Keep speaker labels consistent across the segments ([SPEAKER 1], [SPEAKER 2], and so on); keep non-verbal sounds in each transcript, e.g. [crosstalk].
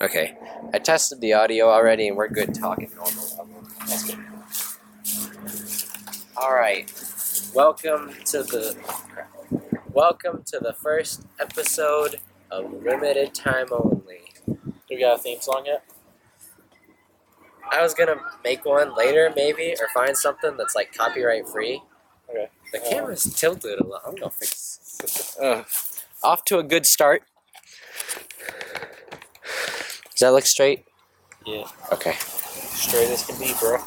[SPEAKER 1] Okay, I tested the audio already, and we're good talking normal level. That's good. All right, welcome to the crap. welcome to the first episode of Limited Time Only.
[SPEAKER 2] Do we got a theme song yet?
[SPEAKER 1] I was gonna make one later, maybe, or find something that's like copyright free.
[SPEAKER 2] Okay.
[SPEAKER 1] The
[SPEAKER 2] Uh,
[SPEAKER 1] camera's tilted a lot. I'm gonna fix. Ugh. Off to a good start. Does that look straight?
[SPEAKER 2] Yeah.
[SPEAKER 1] Okay.
[SPEAKER 2] Straight as can be, bro.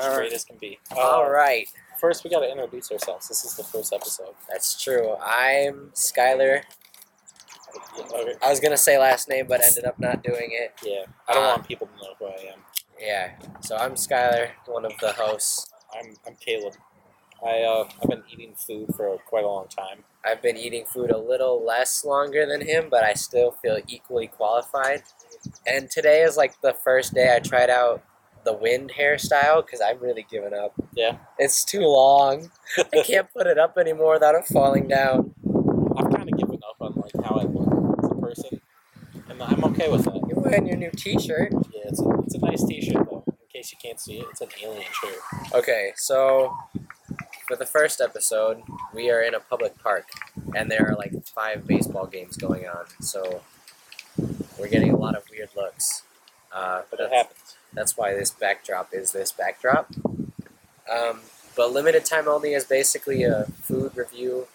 [SPEAKER 2] Straight as can be. Uh,
[SPEAKER 1] All right.
[SPEAKER 2] First, we gotta introduce ourselves. This is the first episode.
[SPEAKER 1] That's true. I'm Skyler.
[SPEAKER 2] Yeah, okay.
[SPEAKER 1] I was gonna say last name, but ended up not doing it.
[SPEAKER 2] Yeah. I don't
[SPEAKER 1] Uh,
[SPEAKER 2] want people to know who I am.
[SPEAKER 1] Yeah. So I'm Skyler, one of the hosts.
[SPEAKER 2] I'm I'm Caleb. I uh, I've been eating food for quite a long time. [laughs]
[SPEAKER 1] I've been eating food a little less longer than him, but I still feel equally qualified. And today is like the first day I tried out the wind hairstyle because I'm really giving up.
[SPEAKER 2] Yeah.
[SPEAKER 1] It's too long. [laughs] I can't put it up anymore without it falling down.
[SPEAKER 2] I've kind of given up on like how I look as a person, and I'm okay with that.
[SPEAKER 1] You're wearing your new T-shirt.
[SPEAKER 2] Yeah, it's a, it's a nice T-shirt though. In case you can't see it, it's an alien shirt.
[SPEAKER 1] Okay, so for the first episode, we are in a public park, and there are like five baseball games going on. So we're getting a lot of weird looks. Uh,
[SPEAKER 2] But it
[SPEAKER 1] that's-
[SPEAKER 2] happens.
[SPEAKER 1] That's why this backdrop is this backdrop. Um, but limited time only is basically a food review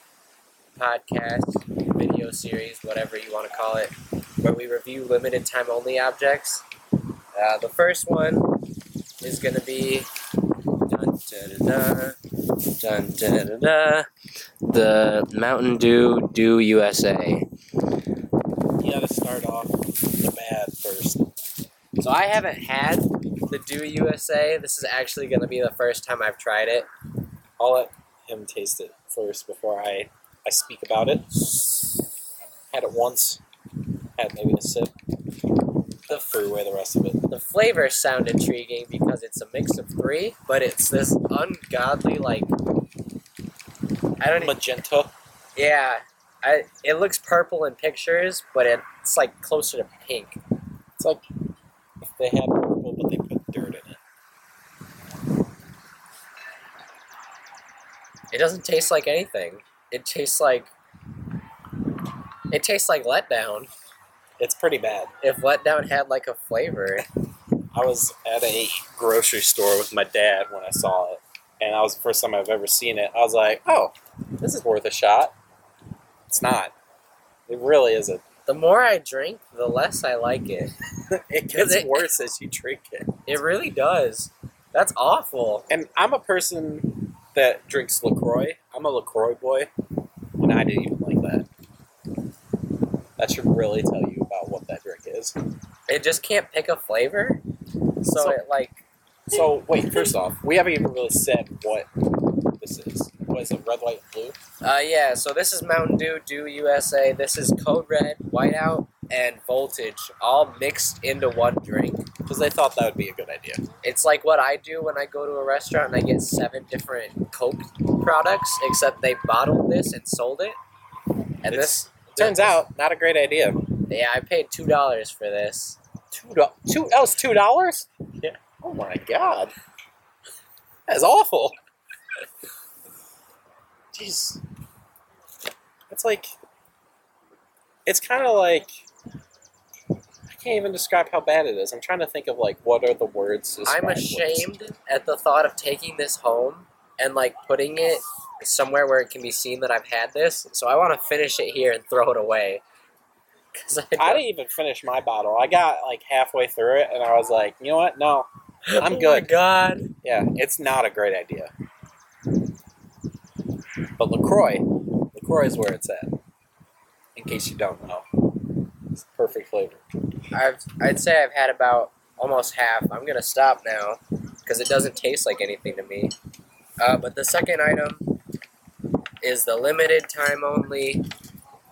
[SPEAKER 1] podcast, video series, whatever you want to call it, where we review limited time only objects. Uh, the first one is going to be dun, da, da, da, dun, da, da, da, the Mountain Dew Dew USA.
[SPEAKER 2] You gotta start off the bad first.
[SPEAKER 1] So I haven't had the Dew USA. This is actually going to be the first time I've tried it.
[SPEAKER 2] I'll let him taste it first before I, I speak about it. Had it once, had maybe a sip, then threw away the rest of it.
[SPEAKER 1] The flavors sound intriguing because it's a mix of three, but it's this ungodly like I don't even,
[SPEAKER 2] Magenta.
[SPEAKER 1] yeah. I, it looks purple in pictures, but it's like closer to pink.
[SPEAKER 2] It's like if they had purple, but they put dirt in it.
[SPEAKER 1] It doesn't taste like anything. It tastes like it tastes like letdown.
[SPEAKER 2] It's pretty bad.
[SPEAKER 1] If letdown had like a flavor,
[SPEAKER 2] I was at a grocery store with my dad when I saw it, and that was the first time I've ever seen it. I was like, oh, this is worth a shot. It's not. It really isn't. [laughs]
[SPEAKER 1] the more I drink, the less I like it.
[SPEAKER 2] It
[SPEAKER 1] gets
[SPEAKER 2] gets worse as you drink it.
[SPEAKER 1] It really does. That's awful.
[SPEAKER 2] and I'm a person that drinks Lacroix. I'm a Lacroix boy, and I didn't even like that. That should really tell you about what that drink is.
[SPEAKER 1] It just can't pick a flavor. so
[SPEAKER 2] So-
[SPEAKER 1] it like
[SPEAKER 2] So wait, first off, we haven't even really said what this is. What is it? Red, white, and blue.
[SPEAKER 1] Uh, yeah, so this is Mountain Dew, Dew USA. This is Code Red, Whiteout, and Voltage, all mixed into one drink.
[SPEAKER 2] Because they thought that would be a good idea.
[SPEAKER 1] It's like what I do when I go to a restaurant and I get seven different Coke products, except they bottled this and sold it. And
[SPEAKER 2] It's-
[SPEAKER 1] this,
[SPEAKER 2] Turns out, not a great idea.
[SPEAKER 1] yeah, I paid two dollars for this.
[SPEAKER 2] Two dollars. Two. That was two dollars.
[SPEAKER 1] Yeah.
[SPEAKER 2] Oh my god. That's awful. Jeez. It's like. It's kind of like. I can't even describe how bad it is. I'm trying to think of like what are the words. to describe
[SPEAKER 1] I'm
[SPEAKER 2] what's-
[SPEAKER 1] ashamed at the thought of taking this home and like putting it somewhere where it can be seen that I've had this. So I want to finish it here and throw it away. [laughs] 'Cause I
[SPEAKER 2] I
[SPEAKER 1] don't-
[SPEAKER 2] didn't even finish my bottle. I got like halfway through it, and I was like, you know what? No,
[SPEAKER 1] [laughs]
[SPEAKER 2] I'm
[SPEAKER 1] oh My
[SPEAKER 2] good.
[SPEAKER 1] God,
[SPEAKER 2] Yeah, it's not a great idea. But LaCroix, LaCroix is where it's at. In case you don't know, it's perfect flavor.
[SPEAKER 1] I've I'd say I've had about almost half. I'm gonna stop now because it doesn't taste like anything to me. Uh, but the second item is the limited time only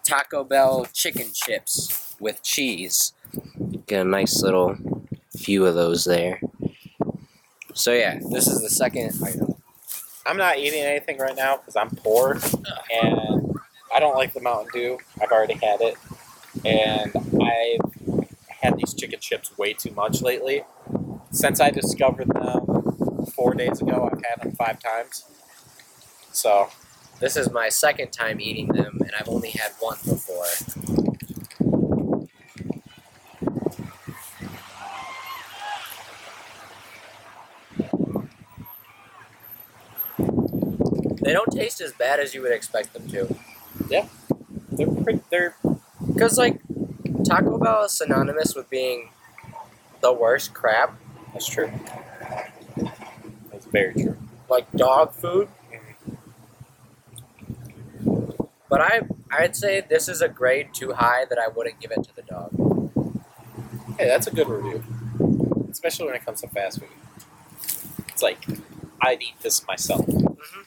[SPEAKER 1] Taco Bell chicken chips with cheese. Get a nice little few of those there. So yeah, this is the second item.
[SPEAKER 2] I'm not eating anything right now because I'm poor and I don't like the Mountain Dew. I've already had it. and I've had these chicken chips way too much lately. Since I discovered them four days ago, I've had them five times. So
[SPEAKER 1] This is my second time eating them, and I've only had one before. They don't taste as bad as you would expect them to.
[SPEAKER 2] they're pretty. They're
[SPEAKER 1] Because, like, Taco Bell is synonymous with being the worst crap.
[SPEAKER 2] that's true. That's very true.
[SPEAKER 1] Like, dog food. But I, I'd say this is a grade too high that I wouldn't give it to the dog.
[SPEAKER 2] Hey, that's a good review, especially when it comes to fast food. It's like I'd eat this myself.
[SPEAKER 1] Mhm.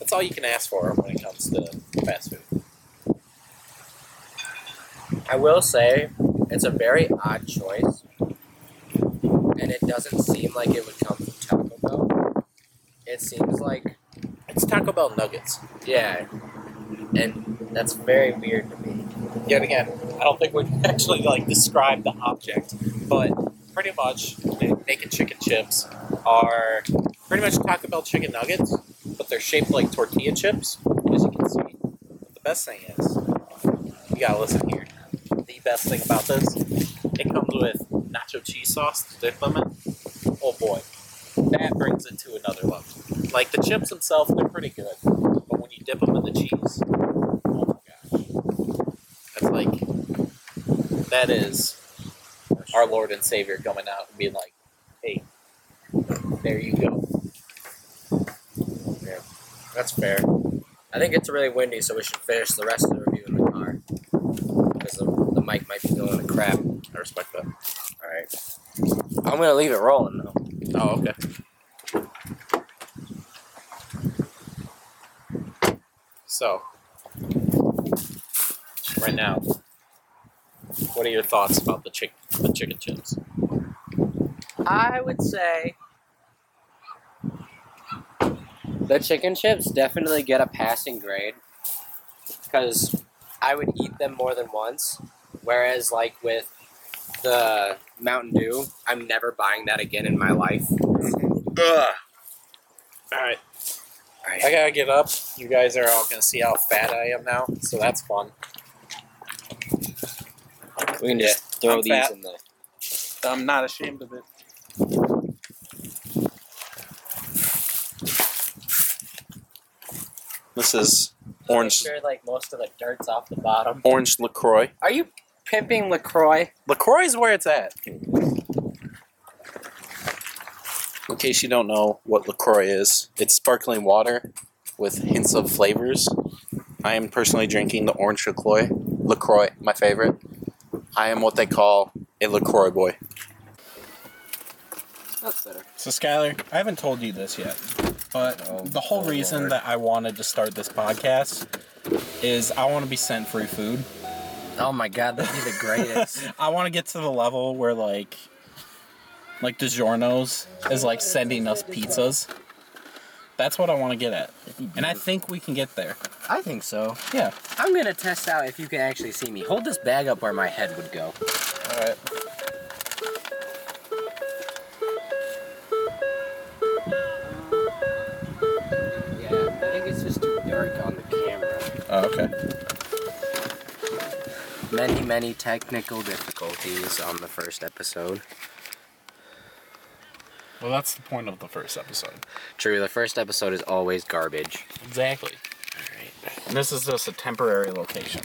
[SPEAKER 2] That's all you can ask for when it comes to fast food.
[SPEAKER 1] I will say it's a very odd choice, and it doesn't seem like it would come from Taco Bell. It seems like
[SPEAKER 2] It's Taco Bell nuggets.
[SPEAKER 1] yeah, and that's very weird to me.
[SPEAKER 2] Yet again, I don't think we can [laughs] actually like describe the object, but pretty much na- naked chicken chips are pretty much Taco Bell chicken nuggets, but they're shaped like tortilla chips, as you can see. But the best thing is, you gotta listen here. The best thing about this, it comes with nacho cheese sauce to dip them in. Oh boy, that brings it to another level. Like the chips themselves, they're pretty good, but when you dip them in the cheese, oh my gosh, that's like that is our Lord and Savior coming out and being like, "Hey, there you go."
[SPEAKER 1] That's fair. I think it's really windy, so we should finish the rest of the review in the car because the, the mic might be going to crap. All
[SPEAKER 2] I respect that.
[SPEAKER 1] right, I'm gonna leave it rolling though.
[SPEAKER 2] Oh, okay. So, right now, what are your thoughts about the chick the chicken chips?
[SPEAKER 1] I would say the chicken chips definitely get a passing grade because I would eat them more than once. Whereas, like with the Mountain Dew, I'm never buying that again in my life.
[SPEAKER 2] Ugh. All right, I gotta get up. You guys are all gonna see how fat I am now, so that's fun.
[SPEAKER 1] we can
[SPEAKER 2] just
[SPEAKER 1] throw
[SPEAKER 2] I'm
[SPEAKER 1] these
[SPEAKER 2] fat.
[SPEAKER 1] in the.
[SPEAKER 2] I'm not ashamed of it. This is orange
[SPEAKER 1] Sure, like most of the dirt's off the bottom.
[SPEAKER 2] orange Lacroix.
[SPEAKER 1] Are you pimping Lacroix?
[SPEAKER 2] Lacroix is where it's at. In case you don't know what Lacroix is, it's sparkling water with hints of flavors. I am personally drinking the orange Lacroix. Lacroix, my favorite. I am what they call a Lacroix boy.
[SPEAKER 1] That's better.
[SPEAKER 3] So, Skylar, I haven't told you this yet, but
[SPEAKER 1] Oh,
[SPEAKER 3] the whole
[SPEAKER 1] oh,
[SPEAKER 3] reason
[SPEAKER 1] Lord.
[SPEAKER 3] that I wanted to start this podcast is I want to be sent free food.
[SPEAKER 1] Oh my god, that'd be the greatest.
[SPEAKER 3] [laughs] I want to get to the level where, like, like DiGiorno's is like sending us pizzas. That's what I want to get at. And I think we can get there.
[SPEAKER 1] I think so.
[SPEAKER 3] Yeah.
[SPEAKER 1] I'm gonna test out if you can actually see me. Hold this bag up where my head would go.
[SPEAKER 3] All right.
[SPEAKER 1] Yeah, I think it's just too dark on the camera.
[SPEAKER 3] Oh, okay.
[SPEAKER 1] Many, many technical difficulties on the first episode.
[SPEAKER 3] Well, that's the point of the first episode.
[SPEAKER 1] True, the first episode is always garbage.
[SPEAKER 3] Exactly. And this is just a temporary location.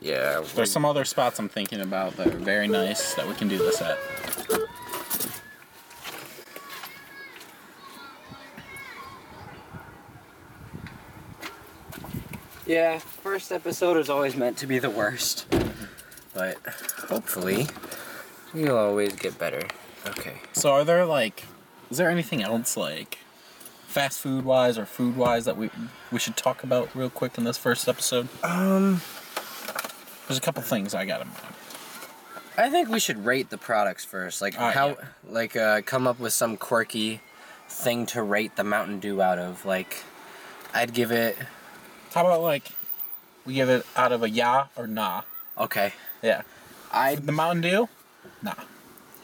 [SPEAKER 1] Yeah.
[SPEAKER 3] There's some other spots I'm thinking about that are very nice that we can do this at.
[SPEAKER 1] Yeah, first episode is always meant to be the worst. But hopefully, we'll always get better. Okay.
[SPEAKER 3] So are there like is there anything else like fast food wise or food wise that we we should talk about real quick in this first episode?
[SPEAKER 1] Um,
[SPEAKER 3] There's a couple things I got in mind.
[SPEAKER 1] I think we should rate the products first. Like
[SPEAKER 3] Alright,
[SPEAKER 1] how,
[SPEAKER 3] yeah.
[SPEAKER 1] like uh, come up with some quirky thing to rate the Mountain Dew out of. Like, I'd give it.
[SPEAKER 3] How about like we give it out of a yeah or nah?
[SPEAKER 1] Okay.
[SPEAKER 3] Yeah.
[SPEAKER 1] I
[SPEAKER 3] The Mountain Dew? Nah.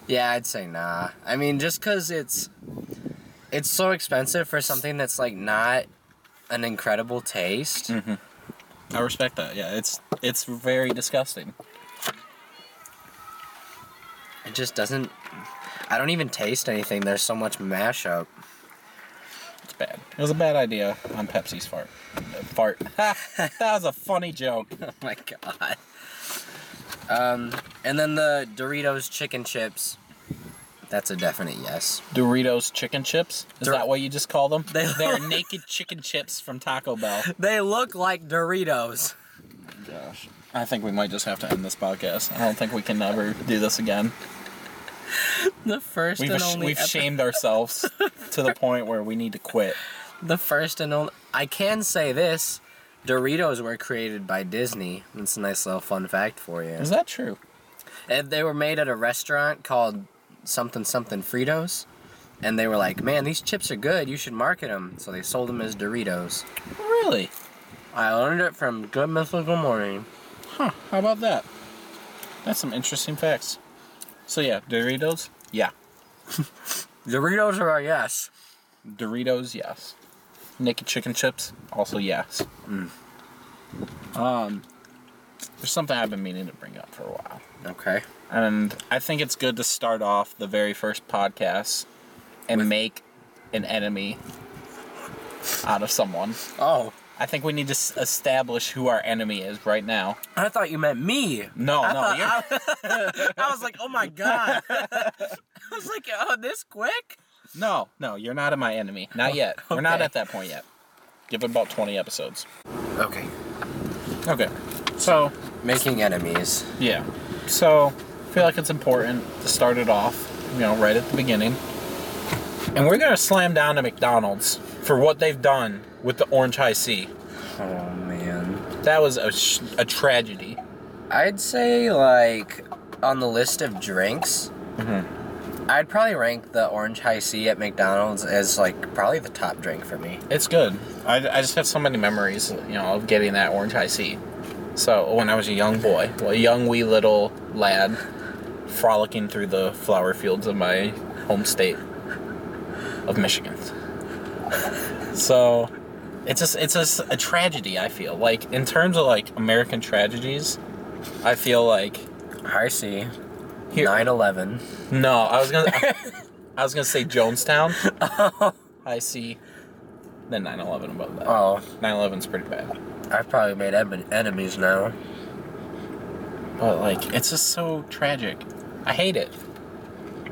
[SPEAKER 1] yeah, I'd say nah. I mean, just cause it's it's so expensive for something that's like not an incredible taste.
[SPEAKER 3] Mm-hmm. I respect that. Yeah, it's it's very disgusting.
[SPEAKER 1] It just doesn't. I don't even taste anything. There's so much mashup. [laughs]
[SPEAKER 3] It's bad. It was a bad idea on Pepsi's fart. Uh, Fart. [laughs] that was a funny joke.
[SPEAKER 1] Oh my god. Um, and then the Doritos chicken chips. That's a definite yes.
[SPEAKER 3] Doritos chicken chips. Is
[SPEAKER 1] Dur-
[SPEAKER 3] that what you just call them?
[SPEAKER 1] They-
[SPEAKER 3] They're
[SPEAKER 1] [laughs]
[SPEAKER 3] naked chicken chips from Taco Bell.
[SPEAKER 1] They look like Doritos. [laughs]
[SPEAKER 3] Gosh. I think we might just have to end this podcast. I don't think we can ever do this again.
[SPEAKER 1] The 1st
[SPEAKER 3] We've,
[SPEAKER 1] and
[SPEAKER 3] ash-
[SPEAKER 1] only.
[SPEAKER 3] we've
[SPEAKER 1] epi-
[SPEAKER 3] shamed ourselves
[SPEAKER 1] [laughs]
[SPEAKER 3] to the point where we need to quit.
[SPEAKER 1] the first and only. I can say this. Doritos were created by Disney. That's a nice little fun fact for you.
[SPEAKER 3] Is that true?
[SPEAKER 1] And they were made at a restaurant called something something Fritos, and they were like, "Man, these chips are good. You should market them." So they sold them as Doritos.
[SPEAKER 3] Really?
[SPEAKER 1] I learned it from Good Mythical Morning.
[SPEAKER 3] Huh. How about that? That's some interesting facts. So yeah, Doritos. Yeah.
[SPEAKER 1] Doritos are a yes.
[SPEAKER 3] Doritos, yes. Naked chicken chips, also yes. Um, there's something I've been meaning to bring up for a while,
[SPEAKER 1] Okay.
[SPEAKER 3] and I think it's good to start off the very first podcast and make an enemy out of someone.
[SPEAKER 1] Oh,
[SPEAKER 3] I think we need to s- establish who our enemy is right now.
[SPEAKER 1] I thought you meant me.
[SPEAKER 3] No, no, you're,
[SPEAKER 1] I was [laughs] like, "Oh my god!" [laughs] I was like, "Oh, this quick?"
[SPEAKER 3] no, no, you're not my enemy. Not yet. We're not
[SPEAKER 1] Okay.
[SPEAKER 3] at that point yet. Give it about 20 episodes.
[SPEAKER 1] Okay.
[SPEAKER 3] Okay. So,
[SPEAKER 1] Making enemies.
[SPEAKER 3] Yeah. So I feel like it's important to start it off, you know, right at the beginning. And we're gonna slam down to McDonald's for what they've done with the Orange High C.
[SPEAKER 1] Oh man.
[SPEAKER 3] That was a, sh- a tragedy.
[SPEAKER 1] I'd say like on the list of drinks.
[SPEAKER 3] Mm-hmm.
[SPEAKER 1] I'd probably rank the orange high C at McDonald's as like probably the top drink for me.
[SPEAKER 3] It's good. I, I just have so many memories, you know, of getting that Orange High C. So when I was a young boy, well, a young wee little lad, frolicking through the flower fields of my home state of Michigan. [laughs] So it's just it's just a tragedy. I feel like in terms of like American tragedies, I feel like
[SPEAKER 1] High C.
[SPEAKER 3] here.
[SPEAKER 1] 9/11.
[SPEAKER 3] No, I was gonna I was gonna say Jonestown. I see. Then 9/11 above that.
[SPEAKER 1] [laughs] Oh,
[SPEAKER 3] 9/11's pretty bad.
[SPEAKER 1] I've probably made em- enemies now.
[SPEAKER 3] But like, it's just so tragic. I hate it.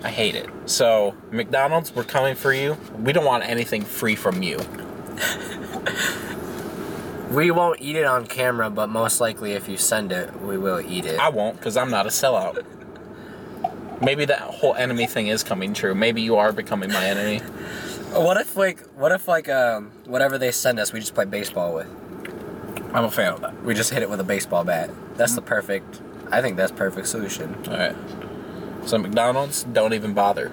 [SPEAKER 3] I hate it. So McDonald's, we're coming for you. We don't want anything free from you.
[SPEAKER 1] We won't eat it on camera, but most likely if you send it, we will eat it.
[SPEAKER 3] I won't, cause I'm not a sellout. Maybe that whole enemy thing is coming true. Maybe you are becoming my enemy.
[SPEAKER 1] What if like what if like um whatever they send us we just play baseball with?
[SPEAKER 3] I'm a fan of that.
[SPEAKER 1] We just hit it with a baseball bat. That's the perfect I think that's perfect solution.
[SPEAKER 3] All right. So McDonald's, don't even bother.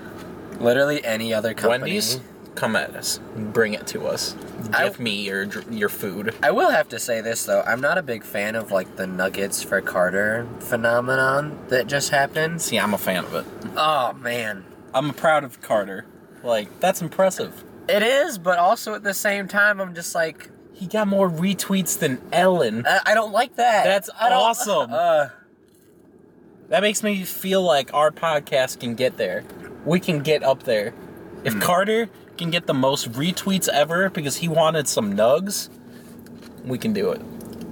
[SPEAKER 1] Literally any other company.
[SPEAKER 3] Wendy's, come at us. Bring it to us. Give
[SPEAKER 1] I-
[SPEAKER 3] me your dr- your food.
[SPEAKER 1] I will have to say this though, I'm not a big fan of like the nuggets for Carter phenomenon that just happened.
[SPEAKER 3] See, I'm a fan of it.
[SPEAKER 1] Oh man.
[SPEAKER 3] I'm proud of Carter. Like that's impressive.
[SPEAKER 1] It is, but also at the same time I'm just like
[SPEAKER 3] He got more retweets than Ellen.
[SPEAKER 1] I, I don't like that.
[SPEAKER 3] That's
[SPEAKER 1] I don't- [laughs]
[SPEAKER 3] awesome.
[SPEAKER 1] Uh,
[SPEAKER 3] That makes me feel like our podcast can get there. We can get up there. If Carter can get the most retweets ever because he wanted some nugs, we can do it.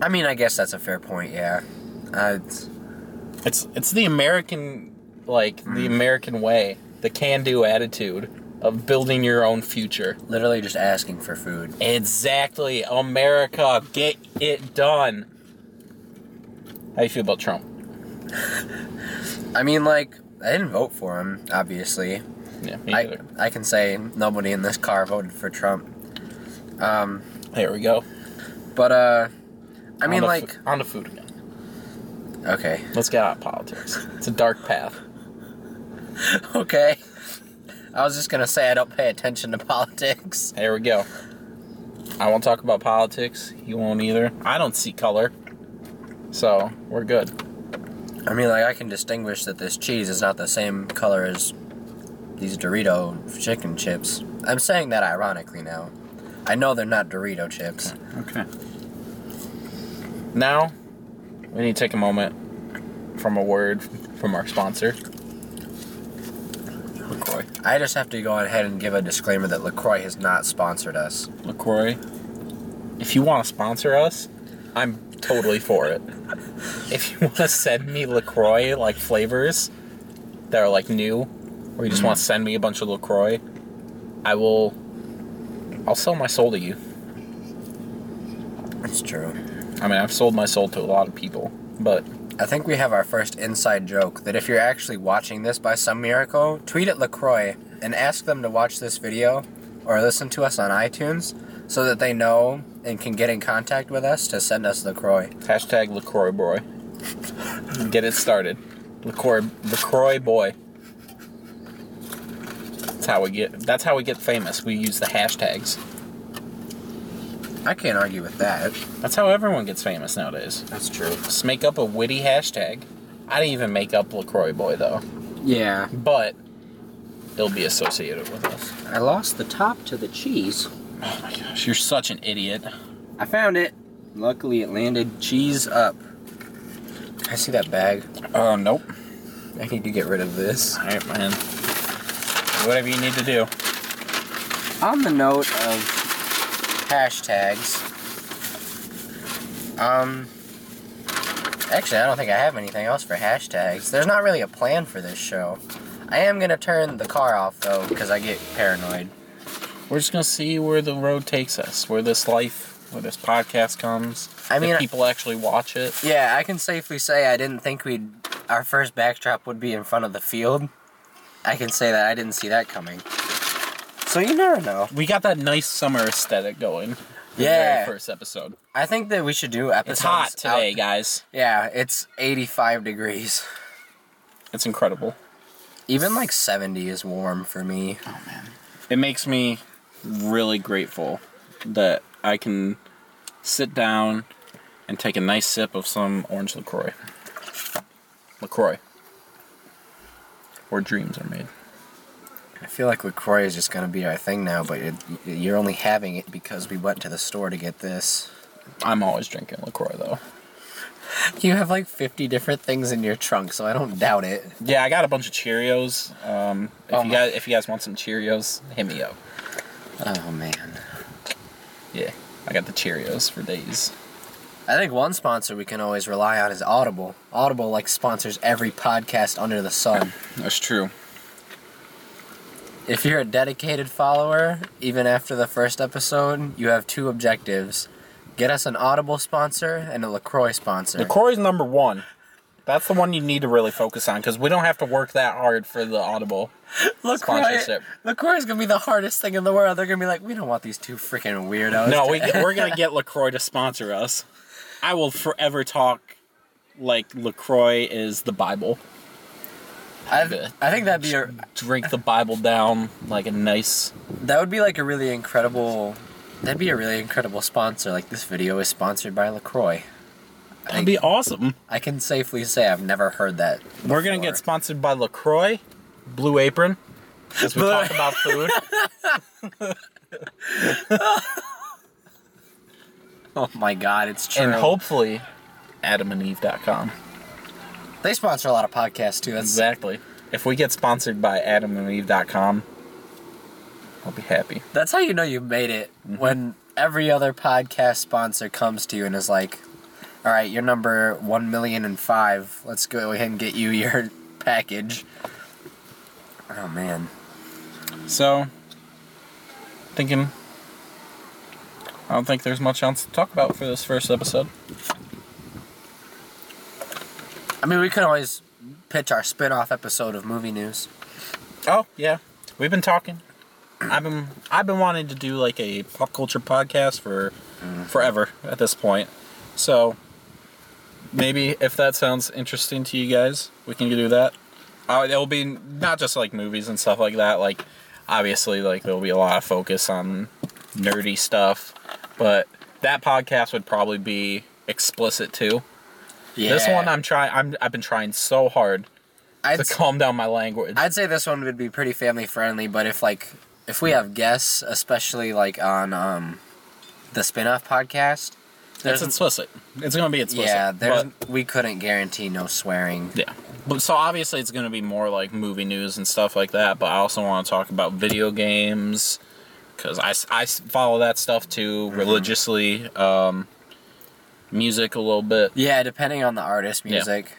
[SPEAKER 1] I mean, I guess that's a fair point, yeah. Uh, it's-
[SPEAKER 3] It's it's the American like the American way, the can-do attitude of building your own future.
[SPEAKER 1] literally just asking for food.
[SPEAKER 3] Exactly, America, get it done. How you feel about Trump?
[SPEAKER 1] I mean, like, I didn't vote for him, obviously.
[SPEAKER 3] Yeah, me
[SPEAKER 1] I,
[SPEAKER 3] neither.
[SPEAKER 1] I can say nobody in this car voted for Trump. Um,
[SPEAKER 3] There we go.
[SPEAKER 1] but, uh, I mean,
[SPEAKER 3] on the
[SPEAKER 1] like,
[SPEAKER 3] fo- on the food again.
[SPEAKER 1] okay.
[SPEAKER 3] Let's get out of politics. It's a dark path.
[SPEAKER 1] Okay. I was just gonna say I don't pay attention to [laughs] politics.
[SPEAKER 3] There we go. I won't talk about politics. You won't either. I don't see color. So we're good.
[SPEAKER 4] I mean, like I can distinguish that this cheese is not the same color as these Dorito chicken chips. I'm saying that ironically now. I know they're not Dorito chips.
[SPEAKER 3] Okay. Now, we need to take a moment from a word from our sponsor. LaCroix.
[SPEAKER 4] I just have to go ahead and give a disclaimer that LaCroix has not sponsored us.
[SPEAKER 3] LaCroix, if you want to sponsor us, I'm totally for it. if you want to send me LaCroix like flavors that are like new, or you just want to send me a bunch of LaCroix, I will. I'll sell my soul to you.
[SPEAKER 4] It's true.
[SPEAKER 3] I mean, I've sold my soul to a lot of people, but
[SPEAKER 4] I think we have our first inside joke that if you're actually watching this by some miracle, tweet at LaCroix and ask them to watch this video or listen to us on iTunes so that they know and can get in contact with us to send us LaCroix.
[SPEAKER 3] hashtag LaCroix boy. Get it started. LaCroix, LaCroix boy. That's how we get. That's how we get famous. We use the hashtags.
[SPEAKER 4] I can't argue with that.
[SPEAKER 3] That's how everyone gets famous nowadays.
[SPEAKER 4] That's true.
[SPEAKER 3] Just make up a witty hashtag. I didn't even make up LaCroix boy though,
[SPEAKER 4] Yeah.
[SPEAKER 3] but it'll be associated with us.
[SPEAKER 4] I lost the top to the cheese.
[SPEAKER 3] Oh my gosh, you're such an idiot.
[SPEAKER 4] I found it. Luckily, it landed cheese up. I see that bag.
[SPEAKER 3] Oh nope.
[SPEAKER 4] I need to get rid of this.
[SPEAKER 3] All right, man. Whatever you need to do.
[SPEAKER 4] On the note of hashtags, um, actually, I don't think I have anything else for hashtags. There's not really a plan for this show. I am gonna turn the car off though, because I get paranoid.
[SPEAKER 3] We're just gonna see where the road takes us, where this life, where this podcast comes.
[SPEAKER 4] I
[SPEAKER 3] if
[SPEAKER 4] mean,
[SPEAKER 3] people actually watch it.
[SPEAKER 4] yeah, I can safely say I didn't think we'd our first backdrop would be in front of the field. I can say that I didn't see that coming. So you never know.
[SPEAKER 3] We got that nice summer aesthetic going. in the very
[SPEAKER 4] Yeah,
[SPEAKER 3] first episode.
[SPEAKER 4] I think that we should do episodes.
[SPEAKER 3] It's hot
[SPEAKER 4] out-
[SPEAKER 3] today, guys.
[SPEAKER 4] Yeah, it's 85 degrees.
[SPEAKER 3] It's incredible.
[SPEAKER 4] Even like 70 is warm for me.
[SPEAKER 3] It makes me really grateful that I can sit down and take a nice sip of some orange LaCroix. LaCroix. Where dreams are made.
[SPEAKER 4] I feel like LaCroix is just gonna be our thing now, but it, you're only having it because we went to the store to get this.
[SPEAKER 3] I'm always drinking LaCroix though.
[SPEAKER 4] You have like 50 different things in your trunk, so I don't doubt it.
[SPEAKER 3] Yeah, I got a bunch of Cheerios. Um, if
[SPEAKER 4] Oh
[SPEAKER 3] you
[SPEAKER 4] my-
[SPEAKER 3] guys if you guys want some Cheerios, hit me up.
[SPEAKER 4] Oh man.
[SPEAKER 3] Yeah, I got the Cheerios for days.
[SPEAKER 4] I think one sponsor we can always rely on is Audible. Audible like sponsors every podcast under the sun.
[SPEAKER 3] That's true.
[SPEAKER 4] If you're a dedicated follower, even after the first episode, you have two objectives. Get us an Audible sponsor and a LaCroix sponsor.
[SPEAKER 3] LaCroix's number one. That's the one you need to really focus on because we don't have to work that hard for the Audible.
[SPEAKER 4] LaCroix,
[SPEAKER 3] Sponsorship.
[SPEAKER 4] LaCroix is going to be the hardest thing in the world. They're going to be like, we don't want these two freaking weirdos.
[SPEAKER 3] No,
[SPEAKER 4] to-"
[SPEAKER 3] we, we're going to get LaCroix to sponsor us. I will forever talk like LaCroix is the Bible.
[SPEAKER 4] I, I think that'd be a,
[SPEAKER 3] Drink the Bible down like a nice.
[SPEAKER 4] that would be like a really incredible, that'd be a really incredible sponsor. Like this video is sponsored by LaCroix.
[SPEAKER 3] That'd be awesome.
[SPEAKER 4] I can safely say I've never heard that. [laughs]
[SPEAKER 3] We're going to
[SPEAKER 4] before.
[SPEAKER 3] get sponsored by LaCroix, Blue Apron, as we
[SPEAKER 4] Blue-
[SPEAKER 3] talk about food.
[SPEAKER 4] Oh my God, it's true.
[SPEAKER 3] and hopefully, adamandeve.com.
[SPEAKER 4] they sponsor a lot of podcasts too. That's
[SPEAKER 3] Exactly. If we get sponsored by adamandeve.com, I'll be happy.
[SPEAKER 4] that's how you know you made it
[SPEAKER 3] Mm-hmm.
[SPEAKER 4] when every other podcast sponsor comes to you and is like, "All right, you're number one million and five. Let's go ahead and get you your [laughs] package." Oh man.
[SPEAKER 3] So, thinking, I don't think there's much else to talk about for this first episode.
[SPEAKER 4] I mean, we could always pitch our spin-off episode of movie news.
[SPEAKER 3] Oh yeah, we've been talking. I've been I've been wanting to do like a pop culture podcast for forever at this point. So maybe if that sounds interesting to you guys, we can do that. Uh, it'll be not just like movies and stuff like that. Like obviously, like there'll be a lot of focus on nerdy stuff, but that podcast would probably be explicit too. This one uh, I'm trying. I'm I've been trying so hard
[SPEAKER 4] I'd,
[SPEAKER 3] to calm down my language.
[SPEAKER 4] I'd say this one would be pretty family friendly, but if like if we have guests, especially like on um the spin-off podcast,
[SPEAKER 3] it's
[SPEAKER 4] there's
[SPEAKER 3] explicit. It's gonna be explicit.
[SPEAKER 4] yeah, there's
[SPEAKER 3] but-
[SPEAKER 4] we couldn't guarantee no swearing.
[SPEAKER 3] Yeah. But so obviously it's going to be more like movie news and stuff like that, but I also want to talk about video games cuz I, s- I s- follow that stuff too
[SPEAKER 4] Mm-hmm.
[SPEAKER 3] religiously um music a little bit,
[SPEAKER 4] Yeah, depending on the artist, music.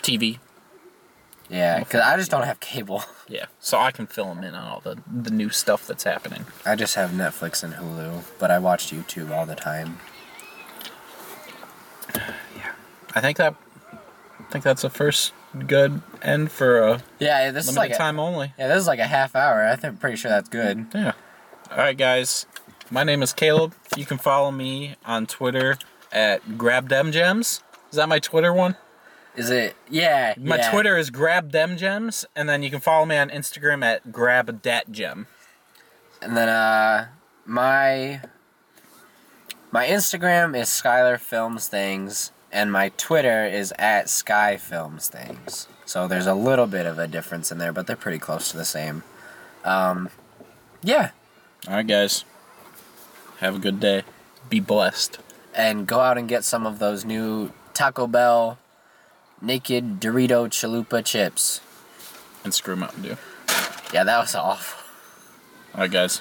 [SPEAKER 3] TV.
[SPEAKER 4] Yeah, because I just don't have cable. [laughs]
[SPEAKER 3] Yeah. So I can fill them in on all the the new stuff that's happening.
[SPEAKER 4] I just have Netflix and Hulu, but I watch YouTube all the time.
[SPEAKER 3] I think that I think that's the first good end for a
[SPEAKER 4] Yeah, this is
[SPEAKER 3] limited
[SPEAKER 4] like a-
[SPEAKER 3] time only.
[SPEAKER 4] yeah, this is like a half hour. I think pretty sure that's good.
[SPEAKER 3] Yeah. All right, guys. My name is Caleb. You can follow me on Twitter at GrabDemGems. Is that my Twitter one?
[SPEAKER 4] Is it? Yeah.
[SPEAKER 3] My
[SPEAKER 4] yeah.
[SPEAKER 3] Twitter is GrabDemGems, and then you can follow me on Instagram at GrabDatGem.
[SPEAKER 4] And then uh my my Instagram is Skylar Films Things and my Twitter is at Sky Films Things. So there's a little bit of a difference in there, but they're pretty close to the same. Um yeah.
[SPEAKER 3] All right, guys. Have a good day. Be blessed.
[SPEAKER 4] And go out and get some of those new Taco Bell naked Dorito chalupa chips.
[SPEAKER 3] And screw Mountain Dew.
[SPEAKER 4] Yeah, that was awful.
[SPEAKER 3] All right, guys.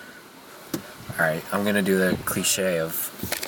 [SPEAKER 4] All right, I'm going to do the cliche of